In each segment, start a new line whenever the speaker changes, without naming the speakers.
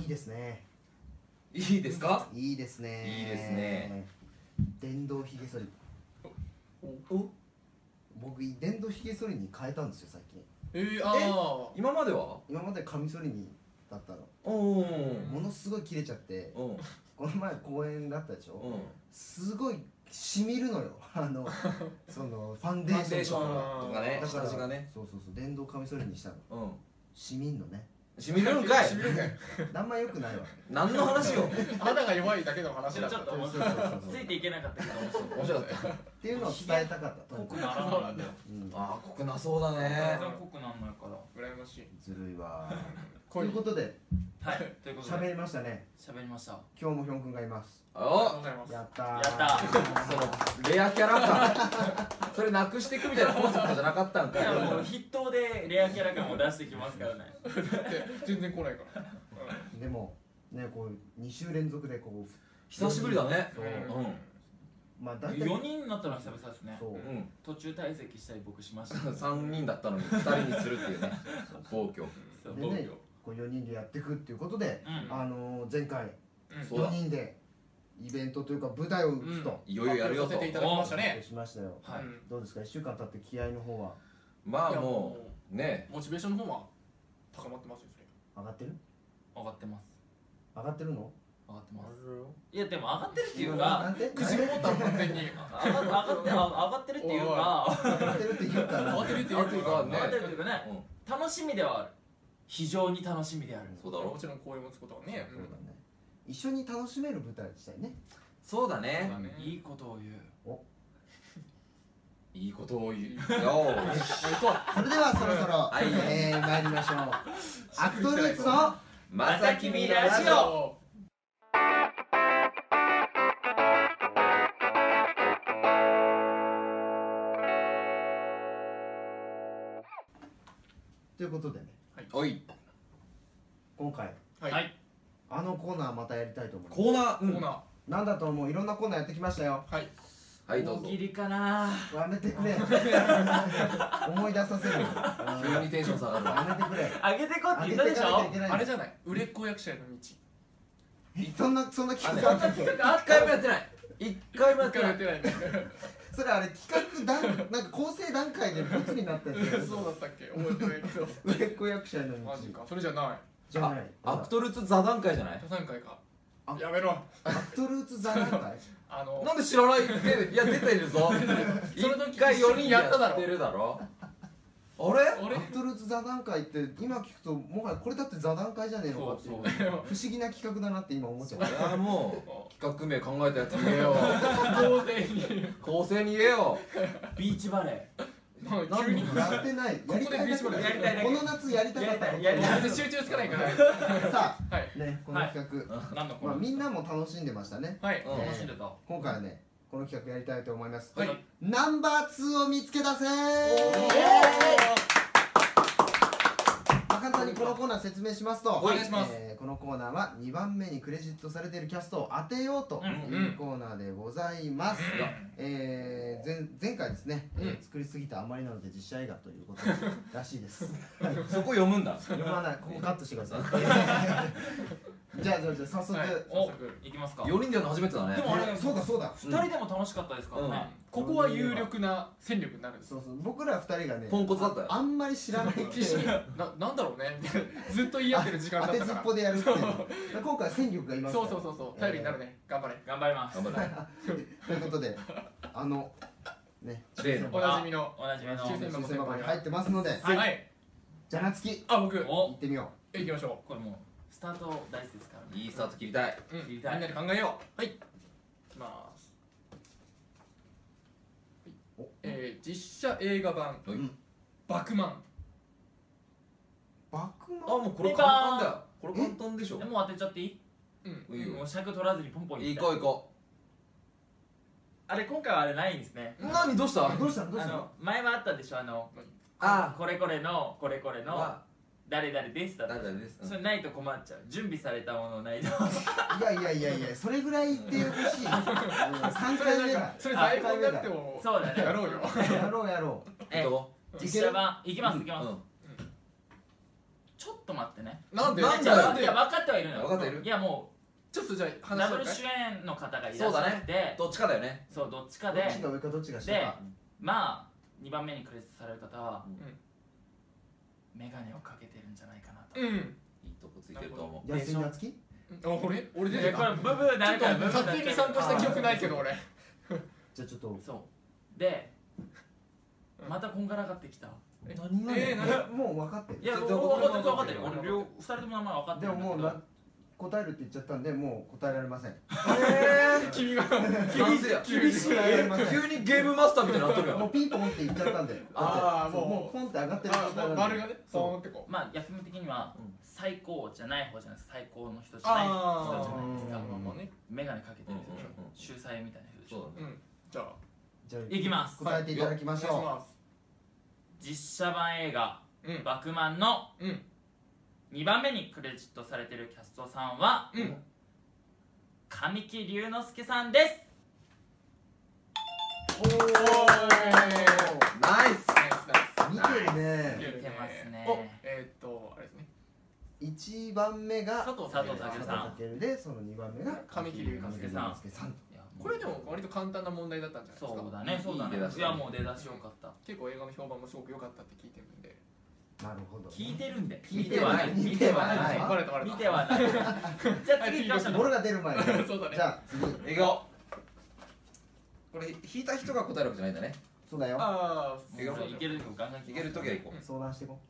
いいですね
いいですか
いいですね
いいですね
電動ひげ剃り
お
僕電動ひげ剃りに変えたんですよ最近
えー、あ
今までは
今までカミソリにだったの
うんうん
ものすごい切れちゃって
うん
この前公演だったでしょすごいしみるのよあ のそのファン
フ
デ
ァンデ
ーシ
ーシ
ョ
ョ
ンが
ンとかね下地がね
そうそうそう電動カミソリにしたの
うん
しみんのね
しみるん かい
染みるんかい
あんま良くないわ
何の話よ
あ肌が弱いだけの話
ち
だ
ょっ
から
と面
そう
白
そう
い
そうそう
ついていけなかったけど面白い
面白かった
っていうのを伝えたかったと
濃
にか
く
く
ならないんだよ
うん
あー濃くなそうだね
全然濃くなんないから
羨ましい
ずるいわと
恋
いうことで
はい、ということ
喋
で
りましたね
喋りました
今日もヒョン君がいます
ありがとう
お
ございます
やった
や
ー
った
そのレアキャラ 感それなくしていくみたいなコンセプトじゃなかったん
い
かい
やもう筆頭でレアキャラ感を出してきますからね
って全然来ないから、
でもねこう2週連続でこう
久しぶりだね
そう
うん
まあ大体
4人になったのは久々ですね
そううん
途中退席したり僕しました
3人だったのに2人にするっていうね暴挙
そう
でねこう4人でやっていくっていうことで
うん
あのー前回
うん
そうだ
4人でイベントというか舞台を打つと
いよいよやるよ
発表させ
と
ていただきましたね
しましたよ
はい
うん
どうですか1週間経って気合の方はい
ま
い
あ
や
もうね
うモチベーションの方は高まってますよそれ
上がってる
上がってます
上がってるの
上がってます
よ
いやでも上がってるってい
な
うか
んて
口も持ったの完全に
上が上がって上がってるっていうか
上がってるって言うかな
慌てるって言う
あ
か
と
上
ね
がってるっていうかね
うん
楽しみではある非常に楽しみである
そうだろ
もちろん公演を打つことはね
そうだね一緒に楽しめる舞台にしたいね
そうだ
うん
ね
そうだね
いいことを言う
いいことを言うよーし
あ行こう
それではそろそろ、
はい
えー、参りましょうアクトルーツの
まさきみラ
ラ
ジ
ジ
オ
オ
ということでね
おい
今回
はい、
はい
あのコーナーまたやりたいと思います
コーナー
コ
うん
ーナー
なんだと思ういろんなコーナーやってきましたよ
はい
はいどう
大
ぞ
喜利かな
やめてくれ思い出させるよ
急にテンション下がるわ
やめてくれ
上げてこうって言った
上げて
でしょ
いかなきゃいけない
あれじゃない売れっ子役者への道
そんなそんな企
そ
画
んな
だっ
企
け
画あっ
一
た
回もやってない一回もや
一
って
回
な
やっ
い
てないね
それあれ企画段なんか構成段階でボツになったやつ
そうだったっけ覚えてないけど
売れっ子 役者への道
マジかそれじゃない
じゃない
アクトルーツ座談会じゃない
他3回か
あ
やめろ
アクトルーツ座談会
あの
なんで知らないっていや出てるぞ
その 時
一回4人や
やっただろ
ってるだろあれ
ア
俺
クトルーツ座談会って今聞くともはやこれだって座談会じゃねえのかっていう
そう
不思議な企画だなって今思っちゃう
それはもう企画名考えたやつに言えよ
当然に
構成に言えよ
ビーチバレ
ま
な
あ
ん
急に
やってない
こでビーチボール
やりたいだけ
この夏やりたかったの
やりたいやり
集中つかないから
さ
は
あねこの企画、
ー何のコー
まあ、
ナー
みんなも楽しんでましたね
いはい
うん
楽しんでた
今回はねこの企画やりたいと思います、
はい
ナンバー2を見つけ出せまあ簡単にこのコーナー説明しますと
お願いします
えーこのコーナーは2番目にクレジットされているキャストを当てようと
うん
いうコーナーでございます、えー前前回ですね、えー
うん
作りすぎたあまりなので実写映画ということらしいです はい
そこ読むんだ
読まないここカットしてください じゃあじゃあじゃあ早速、
はい
お
早速
いきますか
4人でやるの初めてだね
でもあれ
えそうだそうだ
2人でも楽しかったですからね
ここは有力な戦力になるんです
そうそう僕ら二人がね
ポンコツだったよ
あんまり知らないっていう
必死にななんだろうね ずっと言い合ってる時間
当
だってた
ずっ
から
ぽでやるっていうの今回は戦力がいますか
そ
ら
うそうそうそう頼りになるね頑張れ
頑張ります
頑張れ
ということであのね
例の
おなじみの
おなじみの
抽選
抽
箱
選箱に入ってますので
はい、
じゃなつき
あ僕
行
お
ってみよ
行きましょ、
これもうスタート大事ですからね
いいスタート切りたいう
うん、
切
み
り
ん
たい
なで考えようはい行きます
お
えー、実写映画版
おい
うん
「バクマン
うバック
あ
マン
もうこれ簡単だよこれ簡単でしょ
でもう当てちゃっていい」
うん
いい
も
よ
う尺取らずにポンポンい
行
って
こう行こ
あれ今回はあれないんですね
う何どうした
どうしたのどう
あ
したの
の前はあったでしょあの
あ
これこれのこれこれ
ー
の
ま
誰々ですだ
あ
った
誰々ですうん
それないと困っちゃう準備されたものないと
いやいやいやいやそれぐらい言ってほしい3
それ
回
なん
目
か
だ
それ台本なくても
そうだ
や
ね
ろうよ
やろうやろう
行こう
実写版いきますいきます
うん
ちょっと待ってね
なんで
なんで
なん
い
で
や分かってはいるのよ
分かっている
いやも
ちょっとじゃあ
う
話しよう
ダブル
かい
主演の方がいらっし
そうだ
ゃ
ね
って
どっちかだよね
そうどっちか
ど
で
っちが上かどっちが下か
まあ2番目にクレジットされる方は、
うん
メガネをかけてるんじゃないかなと、
うん
いいとこついてると思
安井夏樹
あ俺俺出
い
て
やこれ
た
ブブー
ちょ
な
っ
るからブブ
と撮
ーなるから
影に参加した記憶ないけど俺
じゃあちょっと
そうで
うん
またこんがらがってきた
え
何が
えーなんか
えもう分かって
い
る
や
ちょっ
俺
と
分かってる
分
分
かっ
かって
る
てる俺両2人とも名前分かって
で
る
も
んだ
もう
け
な答えるって言っちゃったんでもう答えられません
君が
厳しい
厳しい
急にゲームマスターみたいになってるやん
もうピンポンって言っちゃったんで
あー
そう
もう
もうポンって上がってる状
あ
態なん
まあ
で
丸がね
そう
ポーンってこう
どまあ役務的には
うん
最高じゃない方じゃないです最高の人じゃない
あ
人じゃ
ー
ないです
ま
か
あまあまあね
メガネかけてる人でし
う
ょ
んうんうん
秀才みたいな人でし
そう
ょ
だ
う
ね
んじゃあ
じゃあ
いきます
答えていただきましょ
お願いします
実写版映画
うん
「バクマン」の
うん
2番目にクレジットされてるキャストさんは
うん
神木隆之介さんです
うおー見てる
ナイス
おーナイスナイス
ね
見てますね
おえーっとあれですね
一番目が
佐藤
佐
健
藤
さん
健
佐藤健でその二番目が
神木隆
之介さん
神木隆之介さん
いや
これでも割と簡単な問題だったんじゃないですか
そうだね
いい
そうだ
出だし
ね
だ
いやもう出だしよかった
結構映画の評判もすごく良かったって聞いてるんで
なるほど
聞いてるんで
聞いてはない
見ては
は
ないい
バレたバレ
見
た
てはないじゃあ次行きましょう
ボロが出る前に
そうだね
じゃあ次
笑顔これ引いた人が答えるわけじゃないんだね
そうだよ
ああ
いける
もういけるガンガン
いける時は行こ
相談してこ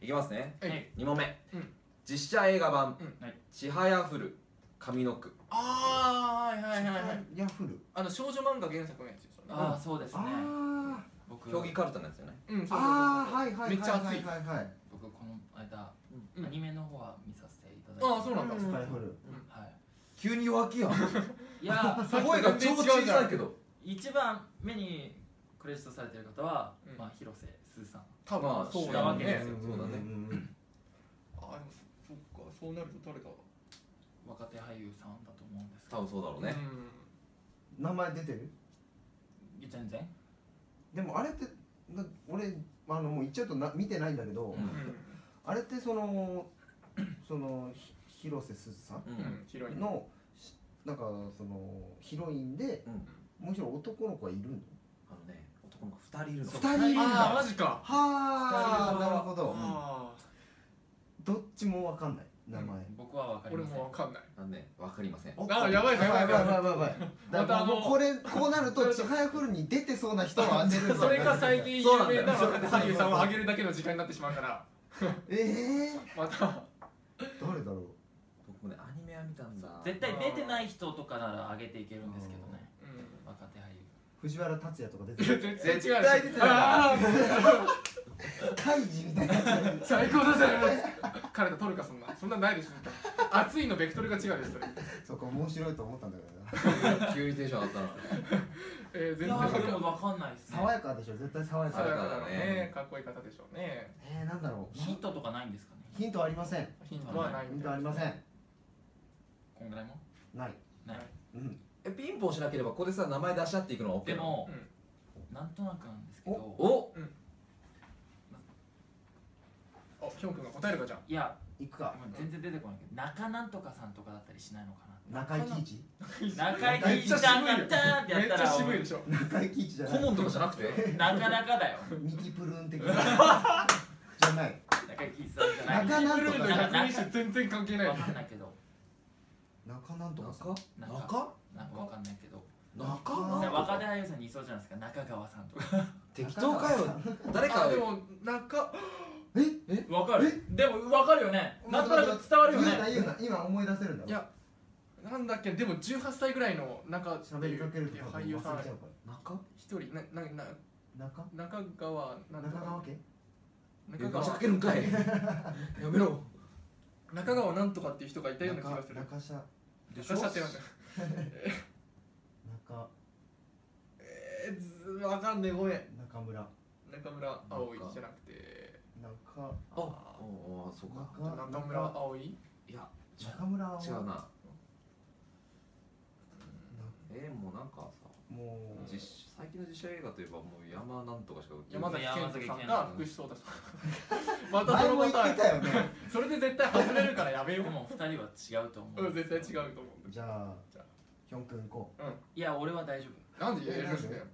ういきますね
は
はいい
2問目
うん
実写映画版
うん
はい
「ちはやふる上の句
あ
う
あはいはいはいはい
ヤフル
あの少女漫画原作のやつですよね
ああそうですね
あ
僕
競技
僕
カルタのやつじゃない
うん
ー
そうそうそうそう
あーはいはいはいはい
めっちゃ熱い
はいはい
この間
うん
アニメの方は見させていただいて
ああそうなんだ
スカイフル
は
急に弱気やん
いいや
さっき
声が超小さいけど
一番目にクレジットされてる方は
うん
まあ広瀬すずさん
多
ま
分
あ
そう
な
だ
わけ
ね
ですよ
そうだね
ん
ああでもそっかそうなると誰か
若手俳優さんだと思うんですけ
多分そうだろうね
名前出てる
ど全然
でもあれってな俺あのもう言っちゃうとな見てないんだけど、
う
うんん
あれってそのそのひ広瀬すずさ
う
うんん広い
ん
の
のしなんかそのヒロインで、
うん
もう一人男の子はいるの
あのね男の子2人いるの
二人いるん
ああ
だ
マジか
はあ
二人
な
は
るほど
あ
どっちもわかんない名前、
僕は分
あ
かり
俺
ません
もわかんない
なんでわかりません
お
あやばいぞやばいぞ
やばいやばいやばいだか
また
ら
あ
も
の
うこれこうなるとちはやふるに出てそうな人を当てるんだよ
それが最近
そうな
有
んだ
名
よ
な俳優さんをあげるだけの時間になってしまうから
ええ
また
ー、誰だろう
僕もねアニメは見たんだ
絶対出てない人とかなら上げていけるんですけどね
うん
若手俳優
藤原竜也とか出てる
絶
対
対
違
違
う
う
あ
カイジみたいなやつ
最高だぜ彼と取るかそんなそんなないです熱いのベクトルが違うですそれ
そこ面白いと思ったんだけど な
急にテンション上がったな
えー
い
全然
や
かっこ
ー
いい
でも分かんないですね
爽やかでしょ絶対爽やか
爽やかだ
爽やかだね
ねかっこいい方でしょうね
えー、なんだろう
ヒントとかないんですかね
ヒントありません
ヒントはない
ヒントありません
こんぐらいも
ない
ない
うん
えピンポンしなければここでさ名前出し合っていくのは OK
で
なの
も
うん
なんとなくなんですけど
お
おヒョン君が答えるかじゃん
いや
行くか
全然出てこないけど中なんとかさんとかだったりしないのかな
中井貴一
中井貴一さんがダーンってや
め
っ
ったちゃ
ら
渋いでしょ
中井貴一じゃな
顧
い
問とかじゃなくて
なかなかだよ
ミキプルーン 的なじゃない
中井貴一さんじゃない
中なん
プル
と
ー
か
ンと百人種全然関係ない
わかんないけど
中なんとかさ
中中
なんかわかんないけど
あ
中
ー
で若手俳優さんにいそうじゃないですか中川さんとか
適当かよ誰
あ
か
でも中
え
わかるでもわかるよねなんとなく伝わるよ
言うな
ね
言うな今思い出せるんだ
いやなんだっけでも18歳ぐらいの中
喋りかけると多分
俳
忘
優
れちゃ
さん
うか
中
一人ななな
ら中
中川なんと
中
か
川家
え
中
ガチャ
川
かけるんかいやめろ
中川なんとかっていう人がいたような気がする
中中社
でし
中
ょ
川ってなんか
中
えーずわかんねえごめん
中村
中村葵じゃなくて
中
ああそうか
中
中村葵
いや
中村は
違うなえーもうなんかさ
もう
実写最近の実写映画といえばもう山なんとかしか
山崎
山
賢
崎
人さん
賢人
が福士蒼汰さん また
前
その
も言
パタ
っ
ー
てたよね
ンそれで絶対外れるからやめ
で
よう
も2人は違うと思う、
うん絶対違うと思
じゃあ
じゃあ
ヒョン君行こ
いや俺は大丈
うなんで言えるんだよ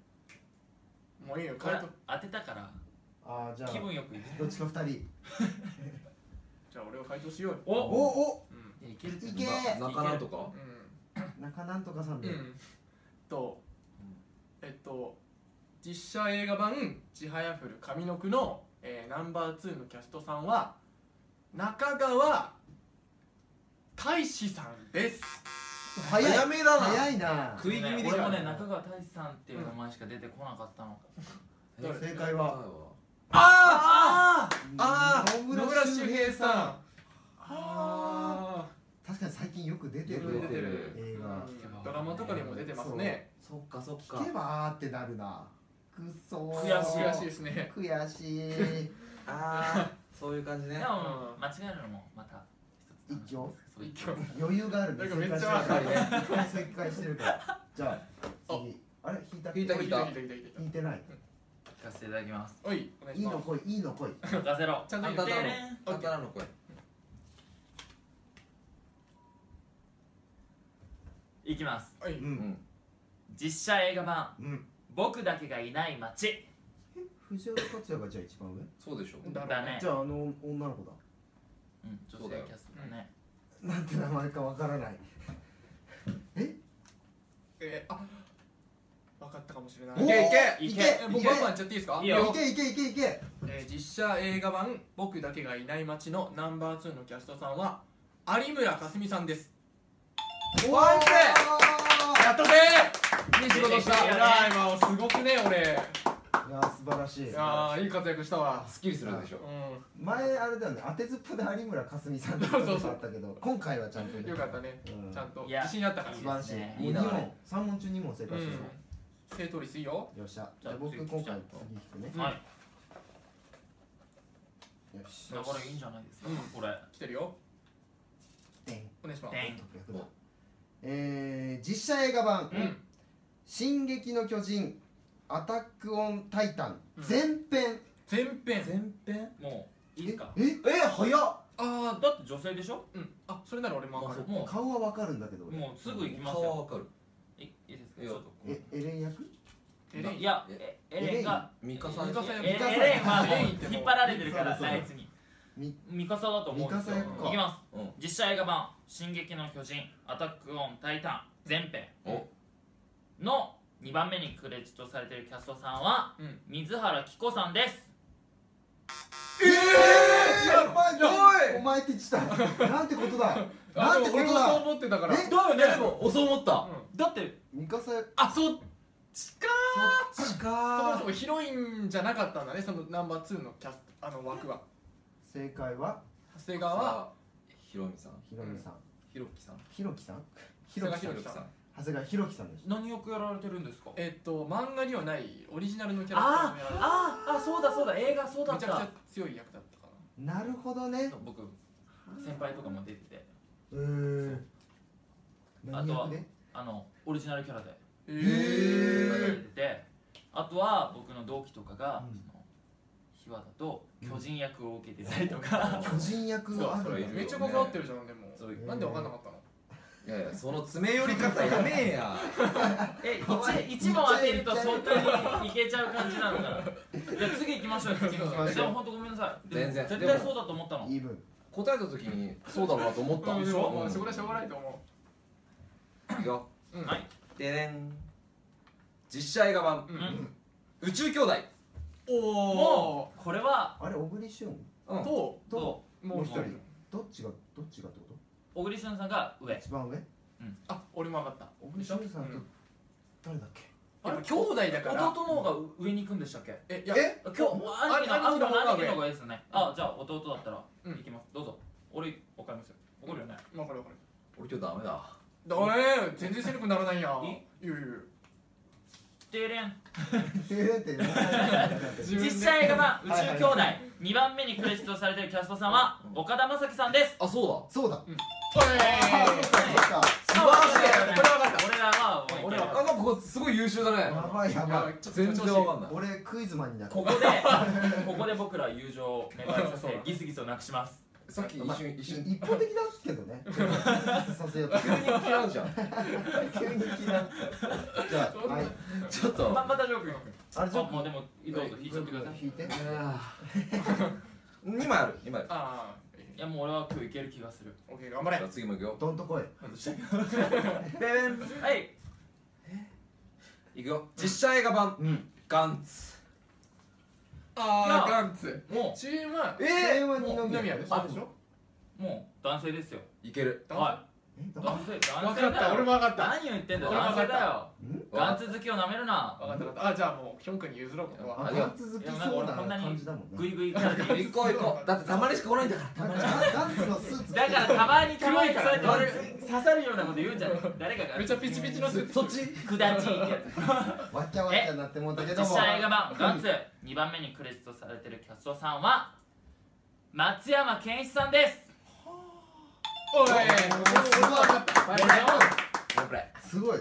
もういいよ
夫こ
変え
れ
と
当てたから
うああじゃあ
気分よくいけ
どっちか二人
じゃあ俺を回答しようよ
お
お
お
うん
いやいける
いけー
な中なんとか
中なんとかさん
う
で、
んうんとえっと実写映画版「ちはやふる上の句の」えーナンバー2のキャストさんは中川大志さんです
早い
早めだな
早いな
食い気味でし
俺
た
もね中川大志さんっていう名前しか出てこなかったの、
誰正解は
ああ
野
野村周平さんあ
確かに最近よく出て
出
る
てる出てる
映画
うんドラマとかにも出てますね
そっかそっ
聞けばーってなるなくそー
悔
悔しい
い
ですね
悔しい
ああそういう感じ
で
ね
も間違えるのもまた一つ楽しみです
一挙
今
そう一挙
日
余裕がある
なんかめっちゃ
正解してるから正解してるからじゃあ次あれ引いたっけ
引いた
おい
引
い
い
た
た
いいたいいたいいた
引いてない
聞かせていただきます
おいお願い
い
し
い
ま
の
す
来いいいの来い
任せろ
ちゃんと
簡
言って
単なの
ね
簡単なのこれ
いきます
おいう
うんん
実写映画版
うん
「僕だけがいない街
え藤原竜也がじゃあ一番上
そうでしょ
うん」
だね
じゃああの女の子だ
うん女性キャストだね
なんて名前かわからない
えーあ分かったかもしれない
おー
いけ
い
いけ
け
え僕バンバンいっちゃっていいですか
いいよ
いけいけいけいけ
えー実写映画版「僕だけがいない街」のナンバー2のキャストさんは有村架純さんです
お
ワンプレ
ー
やったぜいい仕事した
いやいや
偉いわすごくね俺
いやー素晴らしい
いやーいい活躍したわ
すっきりするでし
う
ょ
ん
前あれだよね当てずっぽで有村架純さんってことだったけど今回はちゃんとね
よかったね
うん
ちゃんと
いや
自信あったから
素晴らしい
いいで
も
すね
う
いい
二
な
問三問中二問正
う
解してる
ん正答率いいよ
よっしゃじ
じ
ゃ
ゃ
あ
あ
僕
次
今回
ちゃ
次
ん
引
と
くね
はい
よし
だからいいんじゃないですか
うん
これ
来てるよ
てん
お願いします
てん
逆だえー実写映画版
うん
「進撃の巨人アタック・オン・タイタン」
うん
前編
前編
前編
もういいですか
ええ早っ
ああだって女性でしょ
うんあそれなら俺も分かる
も
顔はわかるんだけど
う
俺
もうすぐ行きます
顔は
よ
わかる
いいいですか
い
ち
や
ょっと
えエレン役
エレン
いやえエレンが
ミカさ
ミ
ん
カサ
エレン
ミカサ
はも
エレンっても
う
う
引っ張られてるから
そうだ
あいつに
み
ミカサだと思うんですよ
ミカサ役か
いきます
うん
実写映画版「進撃の巨人アタック・オン・タイタン」前編
お
の2番目にクレジットされてるキャストさんは
うん
水原希子さんです
ええ
違う
お前
おい
お前って言ってたなんてことだ
あ
なん
で
て
も
こと
俺もそう
だ
思ってたから
え
だよねでもそう思った
うん
だって
ミカサ
あそっちか
そっち
そも
か
そもヒロインじゃなかったんだねそのナンバー2のキャストあの枠は
正解は
長谷川
ひろみさん
ひろみさん
ひろきさん
ひろきさんひ
長
ろ
谷川
き
ひ
さん
ろきさん
長谷川ひろきさんでし
何役やられてるんですか
えっと漫画にはないオリジナルのキャラクターを
あー
やられ
あーあそうだそうだ映画そう
て
だ
め
っ
ち
た
ゃくちゃ強い役だったかな
たなるほどね
僕先輩とかも出てて
うーん
あ
何
とは
役ね
あのオリジナルキャラで
え
出
ー
ててあとは僕の同期とかが
うん
その秘話だと巨人役を受けてたりとか
巨人役はあ
そうそれ
る
い
ん
る
だ
めっちゃ関わってるじゃんでも
そう
え
なんで分かんなかったの
いやいやその詰め寄り方やめえや
え 一一問当てるとそんなにいけちゃう感じなのかなじゃあ次行きましょうよ次行きましょうでも本当ごめんなさいで
全
も
然
絶対そうだと思ったの
イーブン
答えた時にそうだろうなと思った
うんでもまあ
うん
そこらしょうがないと思
いくよ
ううん
はい
ででん実写映画版
う
うんん
宇宙兄弟
お
もうこれは
あれ小栗旬
う
お
ん
と
と
ど
もう一
もう一
人
どっちがどっちがってこ
う小栗旬さんが
と
上
一番上
あ俺も分かった
小栗旬さん
う
と
ん
誰だっけ
やっぱ兄弟だから
弟の方が上に行くんでしたっけ
えいや
え
今日兄貴の兄貴の兄貴の方がいいですねあじゃあ弟だったら
うん
行きますどうぞ俺わかりますよ怒るよね
分かる分かる
俺今日ダメだ
だえー全然セ力にならないやん
え
いやいやいや
てれん
てれんって名前が出てこなくなっ
自
て
分で
実写映画版「宇
はい
宙兄弟」2番目にクレジットされてるキャストさんは
うん
岡田将生さんです
あそうだ
そうだ
おい
あそっかそっか
素晴らしい
俺らはもういける
あなんかここすごい優優秀だね
やばいやばい
ちょっと
全
調子
然わかんない
俺クイズマンになった
ここでここで 僕ら友情を芽生えさせてギスギスをなくします
さっき一
まあ
瞬一瞬
一方的だけ どねさせようと
急に嫌うじゃん
急に嫌いじゃあはい
ちょっと
ままたジョー君
あれ
あもうでもどうぞ引いちゃってください
引いて
2枚ある2枚あ
ああ
いやもう俺は今日いける気がする
オッケー頑張れ
る次もいくよ
どんとこい
はい
いくよ実写映画版
うん
ガンツ
あ
い
あガ
や
ンツ
も
チームは
え
それは
二
二
宮
宮
でし
あ
ょでしょ
うもう男性ですよ
いける
は
え
い
どん
男性
分
男
か
性
っ
だ
た俺
よ
も分かった
何を言ってんだよ
俺も分か
男性
った
だよ
ん
ガンツ好きをなめるな
分かった分かったあじゃあもうヒョン君に譲ろうここは
あ
ありが
ガン続きそうな感じだもん
グ
ね
イグイ来た
行こう行こうだってたまにしか来ないんだから
なんかガンツのスーツ
だからたまにたまにそうやって
黒い
俺刺さるようなこと言うんじゃない誰かが
めっちゃピチピチのスーツ
そっち
くだちってやつ
わっちゃわっちゃになってもうたけど
実
も
写映画版「ガンツ」2番目にクレジットされてるキャストさんは松山ケンイチさんです
おい
す
これを
これ
ごいすごい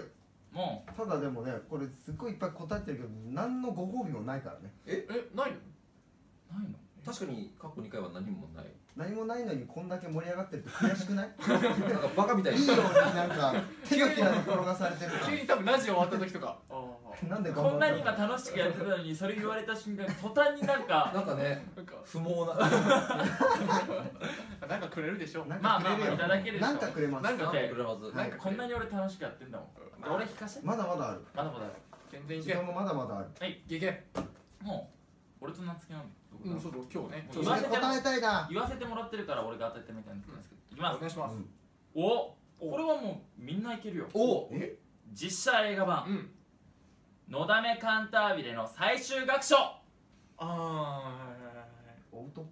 も
ただでもねこれすっごいいっぱい答えてるけど何のご褒美もないからね
えないの
うないの
確かに過去2回は何もない
何もないのにこんだけ盛り上がってると悔しくない
なんかバカみたい
いい
に
ようになんか手のひらに転がされてるか
急に多分ラジオ終わった時とかああ
らなんで頑張
こんなに
った
今
の
楽しくやってたのにそれ言われた瞬間途端になんか
なんかね
なんか
不毛な
なんかくれるでしょ
なん
まあ
か
まあ
くれる
まあい
よ
ただけるでしょ
なんかくれます
なんか
だって
くれはず
はい
こんなに俺楽しくやってんだもん
まあ
俺聞かせて
まだまだある
まだまだ
全然い
時
け
間もまだまだある
いけいけ
もう俺と夏希の
うんそうそう今日ね
もう
ちょっと
言わ
ね
せても
答えたいな
言わせてもらってるから俺が当ててみたいなことなんですけどいき
お
ます
願いします
おこれはもうみんないけるよ
お
え
実写映画版
うん
「のだめカンタービレ」の最終学書
ああ
男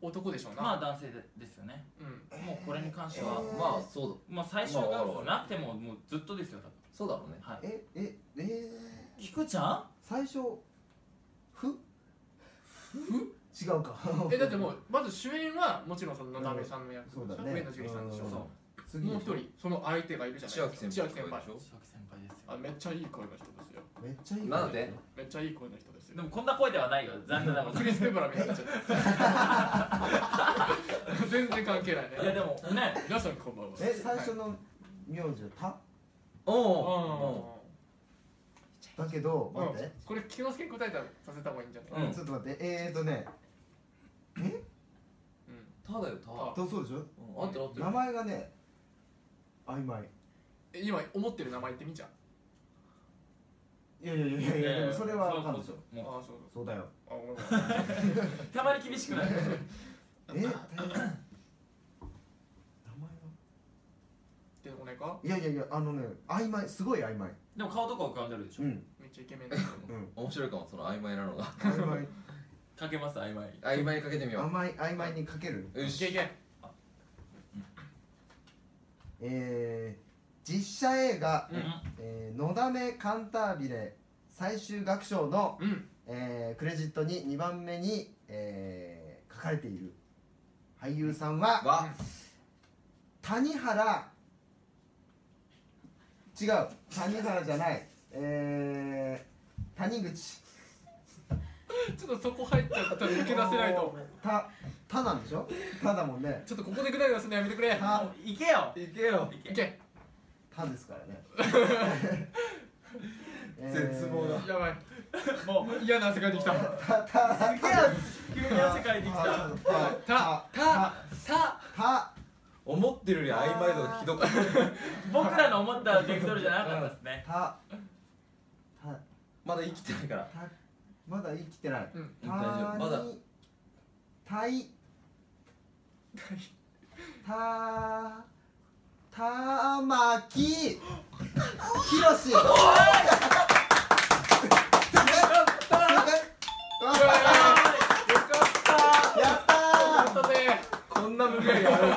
男でしょうな
まあ男性でですよね
うん
もうこれに関しては、
まあそうだ
まあ、最終学校なくてももうずっとですよ多分
そうだろうね
はい
えええー、
菊ちゃん
最初ふふ違うか
えだってもうまず主演はもちろんそのなだめさんの役
そうだね
上野樹里さんでしょ
うん
そ
次
うもう一人その相手がいるじゃない
千秋
です
先
か
輩
千秋先輩
でしょ
千秋先輩です
あ
よ
めっちゃいい声の人ですよ
めっちゃいい
なんで
めっちゃいい声の人です
で
よ
もこんな声ではないよ残念なこと
クリス・ペブラみたいになっちゃ った全然関係ない
いや
ね
でもね
皆さんこんばんは
え最初の名字はた
お
あ
だけど
ー
待っ
うん
て、
これ菊之助に答えたらさせた方がいいんじゃない
うん
ちょっと待ってえーとね
うん
ただよた
あ
どうそうでしょ
うん合ってる合ってる
名前がね曖昧
え今思ってる名前言ってみちゃう
いやいやいやいやでもそれは分かんでしょ
も
ああそう
そうだよ
あごめんごめん
うたまに厳しくなる
え名前が
でお願いか
いやいやいやあのね曖昧すごい曖昧
でも顔とか浮かんでるでしょ
うん
めっちゃイケメンだけど
うん
面白いかもその曖昧なのが
曖昧
かけます曖昧に
曖昧にかけてみよ
甘い曖昧にかける
うよ
いけい
し
け
えー、実写映画
うん
「えーのだめカンタービレ」最終楽章の、
うん
えークレジットに2番目に、えー書かれている俳優さんは
わ
谷原違う谷原じゃないえー、谷口
ちょっとそこ入っちゃったら抜け出せないと思う
たたなんでしょただもんね
ちょっとここでぐだぐだするのやめてくれい
た
いけよ
いけよ
い
け
け
たですからね
絶望だ
やばいもう嫌な汗かいてきた
たたた
いや急に汗かいてきた
たた
さあ
た
思ってるより曖昧度がひどかった
僕らの思ったベクトルじゃなかったですね
たた
まだ生きてないから
たまだ生きてない
うん
た
大丈夫まだ
にたいたたまきひろしやった
よかった
ー
やったぜ
こんな無理やりある
いや ー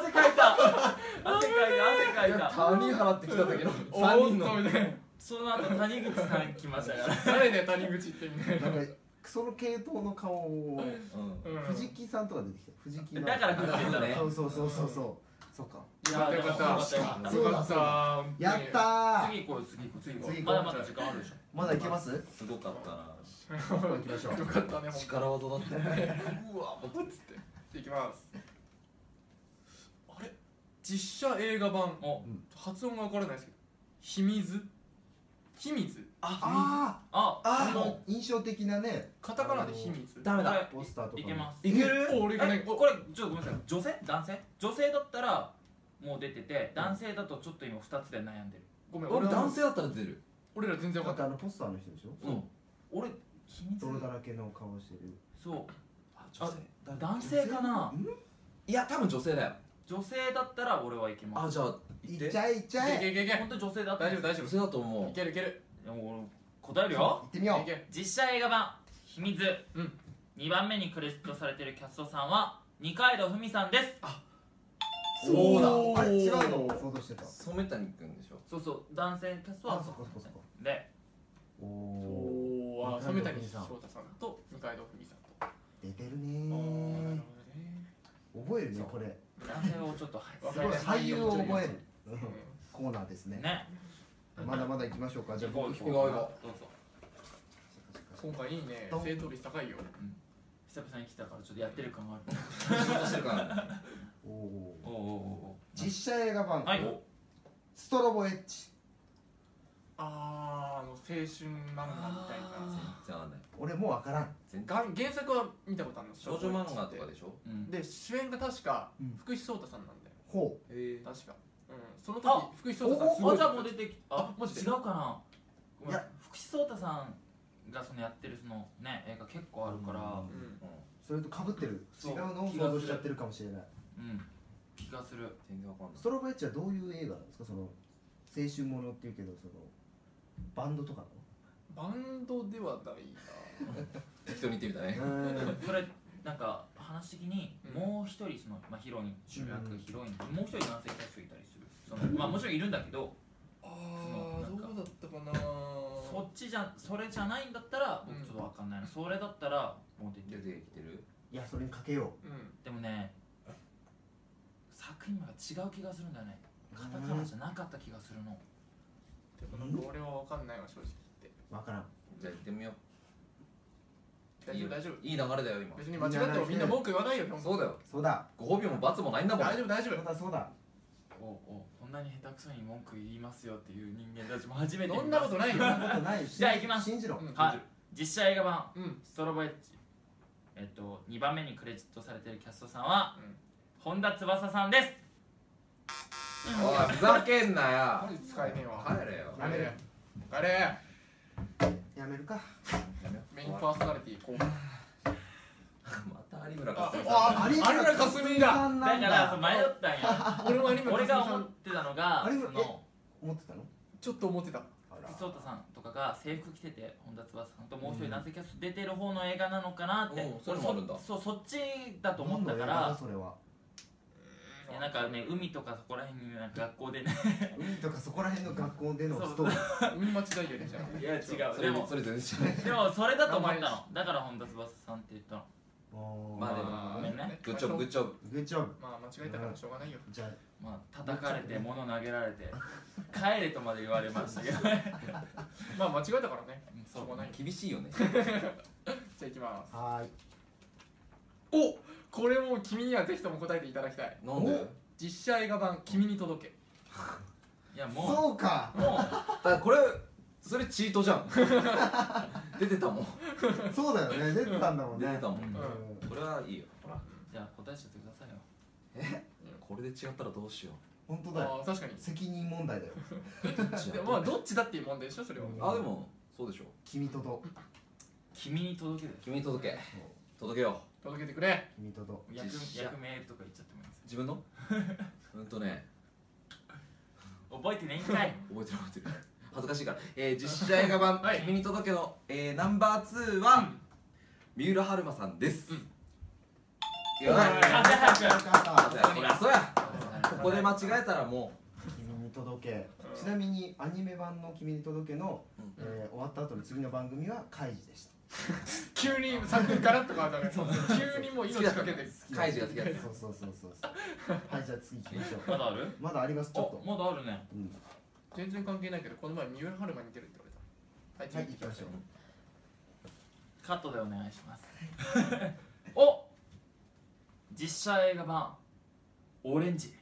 汗かいた汗かいた汗かいた
谷原って来た 時の
お
3
ー
人
っと
の
みたいな
その後谷口さん来まし たから
誰で谷口ってみたいな
なんかその系統の顔を
うん
うん
藤木さんとか出てきた藤木の
だから食ってんだね
そうそうそうそうそうそうか
よかったよかった
よかったよかった
そうだ
よかった本当に
やったー
次行こう次行こう次行こ
次
う
行こ
ま
う
だまだ時間あるでしょ
まだいけます
すごかったな
どこ行きましょう
よかったね本当
力技だったねうわもうつって
にいきますあれ実写映画版
お
発音がわからないですけど秘密秘密
あ
あ
ああ
あ
の印象的なね
カタカナで秘密
ダメだ
こ
ポスターとか
れ
も
いけます
いける
お俺が
え
ねお
これちょっとごめんなさい女性男性女性だったらもう出てて男性だとちょっと今2つで悩んでる
ごめん
俺
俺
男
ら
性だったら出る
俺ら全
だ
然分か
っ
ってた
あのポスターの人でしょ
そう俺秘密
泥だらけの顔してる
そう
あ
女性男性かな
性いや多分女性だよ
女性だったら俺はいけま
あ
す
じゃあ
い
行っ
ってちゃえいっちゃ
いけ
え
いけいけ
本当女性だった
大丈夫大丈
女
夫
性だと思
いうけるいける
夫俺答える
行
よ
ってみよ
いけ
実写映画版秘密
うん
2番目にクレジットされてるキャストさんは二階堂ふみさんです
う
そうだ
おーあれ違うの想像してた
染谷くんでしょ
そうそう男性キャストは
あそっかそっかそっか
で
お
お
お
おあ
二
染谷
階堂ふみさん
翔太さんと二階堂ふみさんとあ
出てる
あなるほど
ね
ね
ー覚えるねこれ
男性をちょっと入
すごい
って
俳優を覚えるうん
うん
コーナーですね
ね
まだまだ行きましょうかじゃあ僕
行
聞
こ
こう
う
かな
行こ
どうぞ
今回いいね
どん
正答率高いよ
久々に来たからちょっとやってる感がある
う仕事してるから
おお
おうおうお
実写映画版、
はい
ストロボエッジ
あーあの青春漫画みたいな
あ
全然わかんない
俺もう分からん
全然
が原作は見たことあるの
少女漫画とかでしょ
うおううん
で主演が確か
うん
福士蒼太さんなんだよ
ほう
へえ
確かうんその
あ
時福士
お
蒼太さんす
お
ご
あ
い
じゃあもう出てきあ
あマジで
違うかないい
や
や福士蒼太さんがそのやってるそのね映画結構あるから
う
う
う
ん
ん
それと被ってる違
そう
うのを
気が
想像し
する
ちゃってるかもしれない
うん気がする
全然わかんない
ストロボエッジはどういう映画なんですかその青春ものっていうけどそのバンドとか
バンドではないな
適当に言ってみたね
のうん
それなんか話的に
うん
もう一人その、まあ、ヒロイン主役
うん
ヒロインもう一人男性キャストいたりするそのまあもちろんいるんだけど
あ
そ
ー
の
どうだったかな
そっちじゃそれじゃないんだったら僕ちょっとわかんないな、それだったらもう出て
出
る
てきてる
いやそれにかけよ
うん
でもね作品名が違う気がするんだよねカタカナじゃなかった気がするの
でもなんか俺は分かんないわ正直言って
う分からん
じゃあ行ってみよう
大丈夫大丈夫
いい流れだよ今
別に間違ってもみんな文句言わないよ
そうだよ
そうだ
ご褒美も罰もないんだもん
大丈夫大丈
そうだそうだ
おうおうこんなに下手くそに文句言いますよっていう人間たちも初めて
夫
見
そ
た
んなことないよ
そんなことないし
じゃあ行きます
信じろ、
うん
はい実写映画版
うん
ストロボエッジえっと2番目にクレジットされてるキャストさんは、
うん
本田翼さんです
おいふざけんな
マ
よ
ジ使えねえわ
帰れよ
やめる
あれ
やめるか
メインパーソナリティ後輩
また有村
あ
がすい
あ有村架純だ
ん
だからそう
だ
迷ったんや
俺も有村
俺
架純
が
さ
思
ん
ってたのが
あれ
その
思ってたの
ちょっと思ってた
あ
福士蒼太さんとかが制服着てて本田翼さんともう一人男性キャスト出てる方の映画なのかなって、
うんそれ
俺
もあるんだ
そうそっちだと思ったか
何の映画だ
ら
それはい
やなんかね海とかそこら辺になんか学校でね
海とかそこら辺の学校でのストーリー
海町ダイアリーじゃん
い や違
そ
で
れ
も
それ全然違う
でもそれだと思ったのだから本田翼さんって言ったの
おー
まあでも
ごめんね
グッジョブグッジョブ
グッジョブ
まあ間違えたからしょうがないよ
じゃあ
まあ叩かれて物投げられて帰れとまで言われましたけどね
まあ間違えたからね
うん
しょうがないよ
厳しいよね
じゃあいきます
はーい
おこれも君にはぜひとも答えていただきたい
なんで
実写映画版「君に届け
いやも
そうか
うも
だからこれそれチートじゃん出てたもん
そうだよね出てたんだもん
出
ね
てたも
うん
うん
これはいいよほら
うじゃあ答えちゃってくださいよ
これで違ったらどうしよ
本当だよ
ああ確かに
責任問題だよ
うどっち
で
や
まあどっちだっていう問題でしょそれは
うん
あでもそうでしょ
君とと
君に届ける
君に届け
そう
届けよう
届けてくれ
君とと
役
実写
役名とか言っちゃってもいいです
自分のうんとね
よ覚えてねえんかい
覚えてる覚えてる恥ずかしいから、えー、実写映画版「
はい
君に届けの」えーナンバー2は三浦春馬さんです、
うん
いやない
はい
風
よ
早く
かった
こりゃそうやここで間違
え
えたらも
君に届け
うん
ちなみにアニメ版の君に届けの
うん
えー終わった後の次の番組は「カイジ」でした
急に作品からとかあったから急にもう命かけて
カイジが好きだった
そうそうそうそうそうはいじゃあ次行きましょ
ま
う
だある
まだありますちょっ
あ
と、
まだあるね
うん、
全然関係ないけどこの前三浦春馬に出るって言われた
は
はいい
行
次
きましょう
カットでお願いしますお実写映画版オレンジ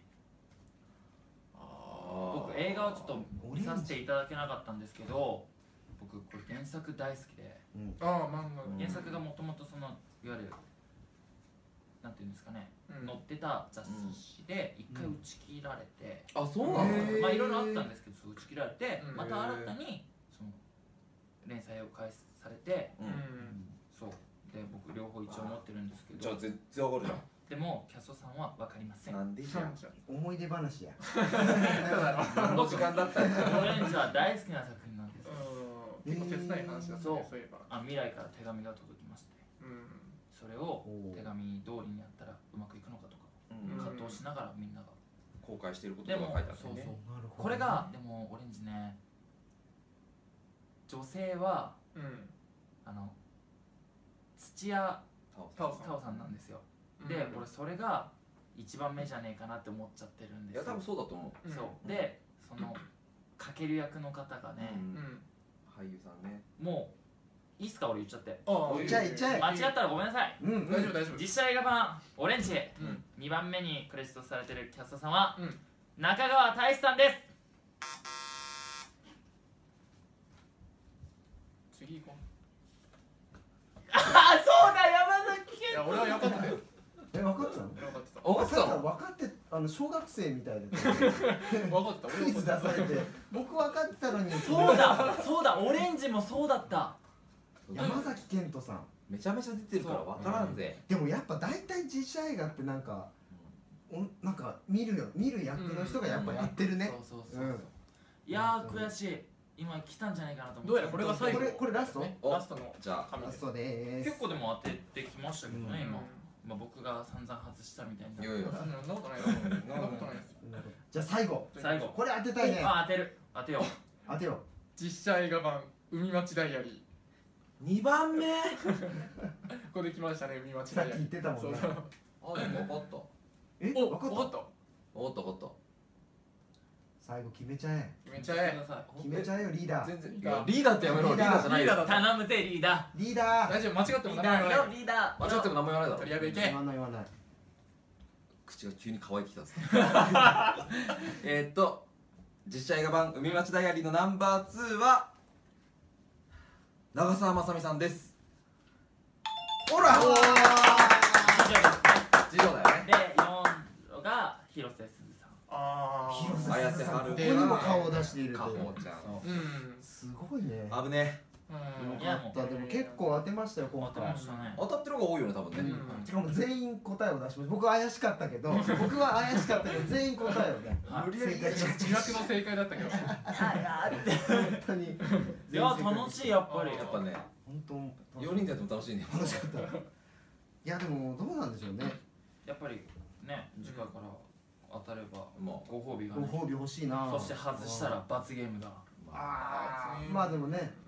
あ
僕
ー
映画をちょっと
オレ
見さ
ン
せ
ジ、
ていただけなかったんですけど僕これ原作大好きで
うん、
ああ漫画
うん
原作がもともとそのいわゆるなんていうんですかね
うん
載ってた雑誌で一回打ち切られて、
あそううな
なの
の
へー
まあいろいろあったんですけどそう打ち切られて
うん
また新たにその連載を開始されて
うん
そうで僕両方一応持ってるんですけ
じゃあ
ど
全然わかるじ
でもキャストさんは分かりませ
ゃん
ん
なんでじゃん
思い出話や
何の時間だったんだ
オレンジは大好きな作品なんです
うん結構切ない話だった
そう
ねそういえば
あ未来から手紙が届きまして
うん
それを
おー
手紙通りにやったらうまくいくのかとか
うん
うん
葛藤しながらみんなが
後悔してること
で
とか
も
書いてあった
そ
よ
う
ね
そう
なるほど
これがでもオレンジね女性は
うん
あの土屋
タオ
タオさん
太鳳さんなんですよで
うん
俺それが一番目じゃねえかなって思っちゃってるん
い
です
や
よ
多分そうだと思
うん
そうでそのかける役の方が
う
ね、
うん
うん
俳優さんね
もういいっすか俺言っちゃって
ああ
いっちゃえいっちゃえ
間違ったらごめんなさい
うん、うん、
大丈夫大丈夫
実写映画版「オレンジ
うん」
2番目にクレジットされてるキャストさんは、
うん
中川大志さんです
次行こ
あそうだ山崎
うい
賢
や俺はよかったよ
え分かってたの
分かってた
さっき
分かってたの
分かってあの小学生みたいで
分かってた俺
クイズ出されて僕分かってたのに
そうだそうだオレンジもそうだった
山崎賢人さん
めちゃめちゃ出てるからわからんぜ
でもやっぱ大体実写映画ってなんか、おなんか見るよ見る役の人がやっぱやってるね、
そうそう
う
そ
ん
う、いやー悔しい今来たんじゃないかなと思って
どうやらこれが最後
これこれラスト
ね
お
ラストの
じゃあ
紙
ラ
で
ス
す
トでーす
結構でも当ててきましたけどね、
うん
今、まあ、僕が散々外したみたいない
よいよ
そんなことないよそんなことないです
なるほどじゃあ最後
最後
これ当てたいね
あ当てる当てよう
当てよ
実写映画版海町ダイアリ
2番目あ
ーここで来ましたね海町
さ
ダ
っ
イ
き
ア
言
リ
ってた
ー
も
そ
ん
う
ね
そう
でも分かった
え
お
分かった
分かった
分かった分かっ
最後決めちゃえ
めっちゃえ
ください
決めちゃえよリーダ
た
ー
全然
リ
リ
ーダー
ーダーってやめろ
リ
リ
ー
ー
ダー
ダーじゃないよ
リーダーだ
頼むぜリーダ
リーダー
大丈夫間違って
ー
も
リ
名
ー
前
ダ
は
ー
ない
リーダー
間違っても名前言わない
と
だ
りあ
ろ
えずい
言
け
わない言わない
口が急に乾いてきたぞえーっと実写映画版「海町ダイアリー」のナンバー2は長澤まさみさんですほら
おー
以上です
次女だよね
ねで4が広瀬すずさん
ああ
広
あ
瀬
綾
す
瀬
ず
は
さん
る
ここにも顔を出している
か
という
ほちゃん
うん
すごいね
危ねえ
うん
いやもう
だってでも結構当てましたよ今
当て
回
ましたね
当たってる方が多いよね多分
う
ね
んしかも全員答えを出しました僕は怪しかった けど僕は怪しかったけど全員答えをね
はい
無理やり
正解しまし
自白の正解だったけど
た本当に
いや楽しいやっぱり
やっぱね
本当
4人でやっても楽しいね
楽しかったいやでもどうなんでしょうね
やっぱりね次回から当たれば
まあ
ご褒美が
ご
ね
褒美欲しいな
そして外したら罰ゲームだ
あーまあでもね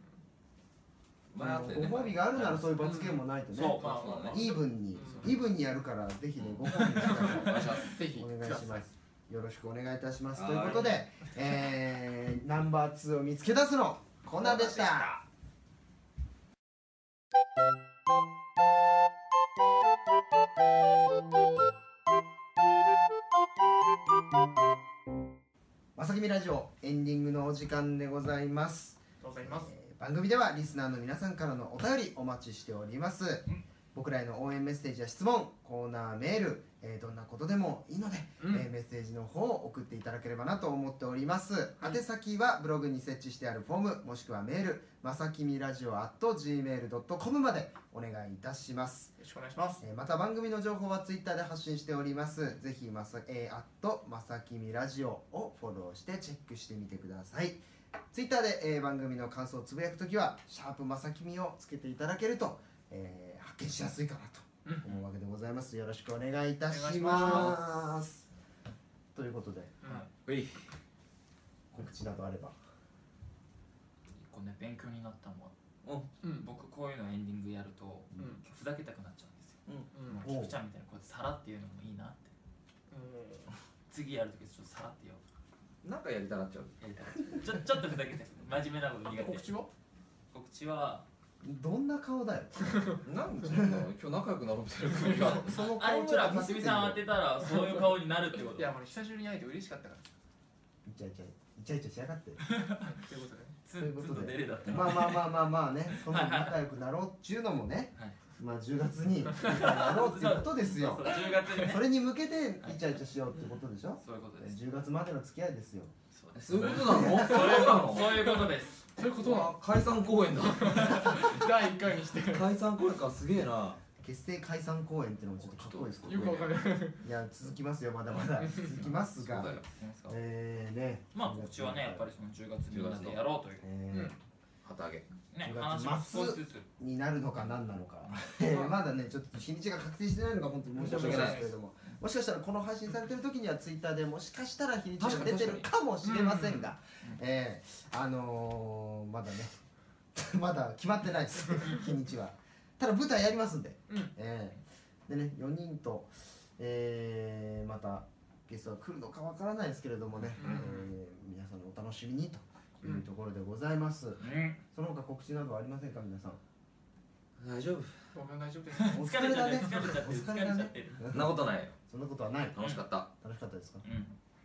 前あったよね
ご褒美があるならそういう罰ゲームもないとね
そう
まあまあまあ
イーブンに
うん
イーブンにやるからぜひねご褒美にしてください
お願いします
ぜひ
お願いします。よろしくお願いいたします。
は
と
い
いうことで、えー、ナンバー2を見つけ出すのコーナーでした。まさきみラジオエンディングのお時間でございます。
ありがとうございます
えー番組ではリスナーの皆さんからのお便りお待ちしております僕らへの応援メッセージや質問コーナーメール、えーどんなことでもいいので、
うん
えーメッセージの方を送っていただければなと思っております宛先はブログに設置してあるフォームもしくはメールまさきみラジオ at gmail.com までお願いいたします
よろしくお願いします
えーまた番組の情報はツイッターで発信しておりますぜひまさ、えー、アットまさきみラジオをフォローしてチェックしてみてくださいツイッターで、えー番組の感想をつぶやくときはシャープまさきみをつけていただけると、えー発見しやすいかなと思うわけでございますよろしくお願いいたします
お願いし
ということで
うん
うい
告知などあれば
一個ね勉強になったのは
うん
僕こういうのエンディングやると
うんうん
ふざけたくなっちゃうんです
うん
よ
おう
菊ちゃんみたいなこうやってさらっていうのもいいなって次やるときちょっとさらってよ
なんかやりたがっちゃう
やりたいちょちょっとふざけて真面目なこと苦手
告 知は
告知は
どんな顔だよ
なんでそんな今日仲良くなろうみたいな空気が
その
あれ
顔
ほらか
助け
すみ
てよ
さん当てたらそういう顔になるってこと
いや俺久しぶりに会えて嬉しかったから
イチャイチャイチャイチャしやがって
ということでね
ツ
そうい
ン
うこ
ツ
と
ン
で
とデレだった
まあまあまあまあまあねその仲良くなろうっちゅうのもね、
はい
まあ10月に仲良くなろうっていうことです
そう
よ
そう10月にね
それに向けてイチャイチャしようってことでしょ
そういうことです
10月までの付き合いですよ
そうです
そういうことなの そういうことなの
そういうことです
そういうことなの
解散公演だ
第1回にしてよ
解散公演かすげえな
結成解散公演っていうのもちょっとかっこいいですけど
くわかる
いや続きますよまだまだ続きます
そう
が
だよ
いきますか
えーね
まあ告知はねやっぱりその10月みんなでやろうという
え
う
ー
ん
旗揚げ
ね
10
話も少しずつ
になるのか何なのか、えーまだねちょっと日にちが確定してないのが本当に申し訳ないですけれどももしかしたらこの配信されてる時にはツイッターでもしかしたら日にちが出てるかもしれませんが、えーあのー、まだね まだ決まってないです日にちはただ舞台やりますんで、
うん
えーでね4人と、えーまたゲストが来るのかわからないですけれどもね、
うん
えー皆さんのお楽しみにというところでございます、
うん
その他告知などはありませんか皆さん
大丈夫
僕は大丈夫です
お
疲
疲
れ
れ
ちゃ
だ
って
ね
る疲れちゃっ
お
てる
疲
疲
れ
れ
だ
ちゃっ
ね
てる
そんなことないよ
そんなことはない
楽しかった
楽しかったですか
うん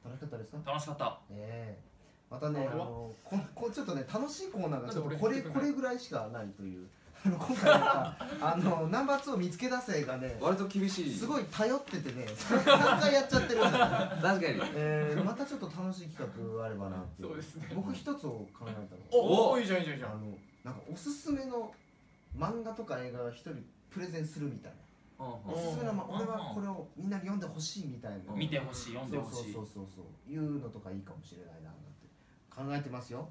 楽しかったですか
楽しかった
ええまたね
あ
あ
俺は
のここちょっとね楽しいコーナーがちょっと
なんで
こ
俺
れ
減ってく
こ
の
れぐらいしかないというあの今回なんかあのナンバー2を見つけ出せがね
割と厳しい
すごい頼っててね3回やっちゃってるんだよ
確かに
えーまたちょっと楽しい企画あればなってい
そうですね
僕一つを考えたの
お
お
おいいじゃんいいじゃんいいじゃ
あ
ん
のなんかおすすめの漫画とか映画を一人プレゼンするみたいな
お
おすすめの、ま、
うん
俺はこれをみんなに読んでほしいみたいな
見てほしい読んでほしい
そうそうそうそうそういうのとかいいかもしれないななんて考えてますよ、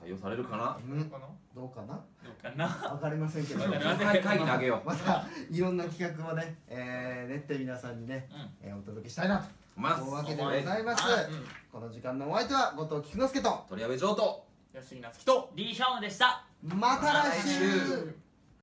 採用されるかな
うん、
かな
どうかな
どうかな
わかりませんけど
わかりません
会会議にあげよ
またいろんな企画をね、えー、練って皆さんにね、
うん
えーお届けしたいな
うま
と
す
いうわけでございます
うん
この時間のお相手は後藤菊之助と
取り上げ上等
安井夏樹と
リーヒョンウでした
また来
また来
週
週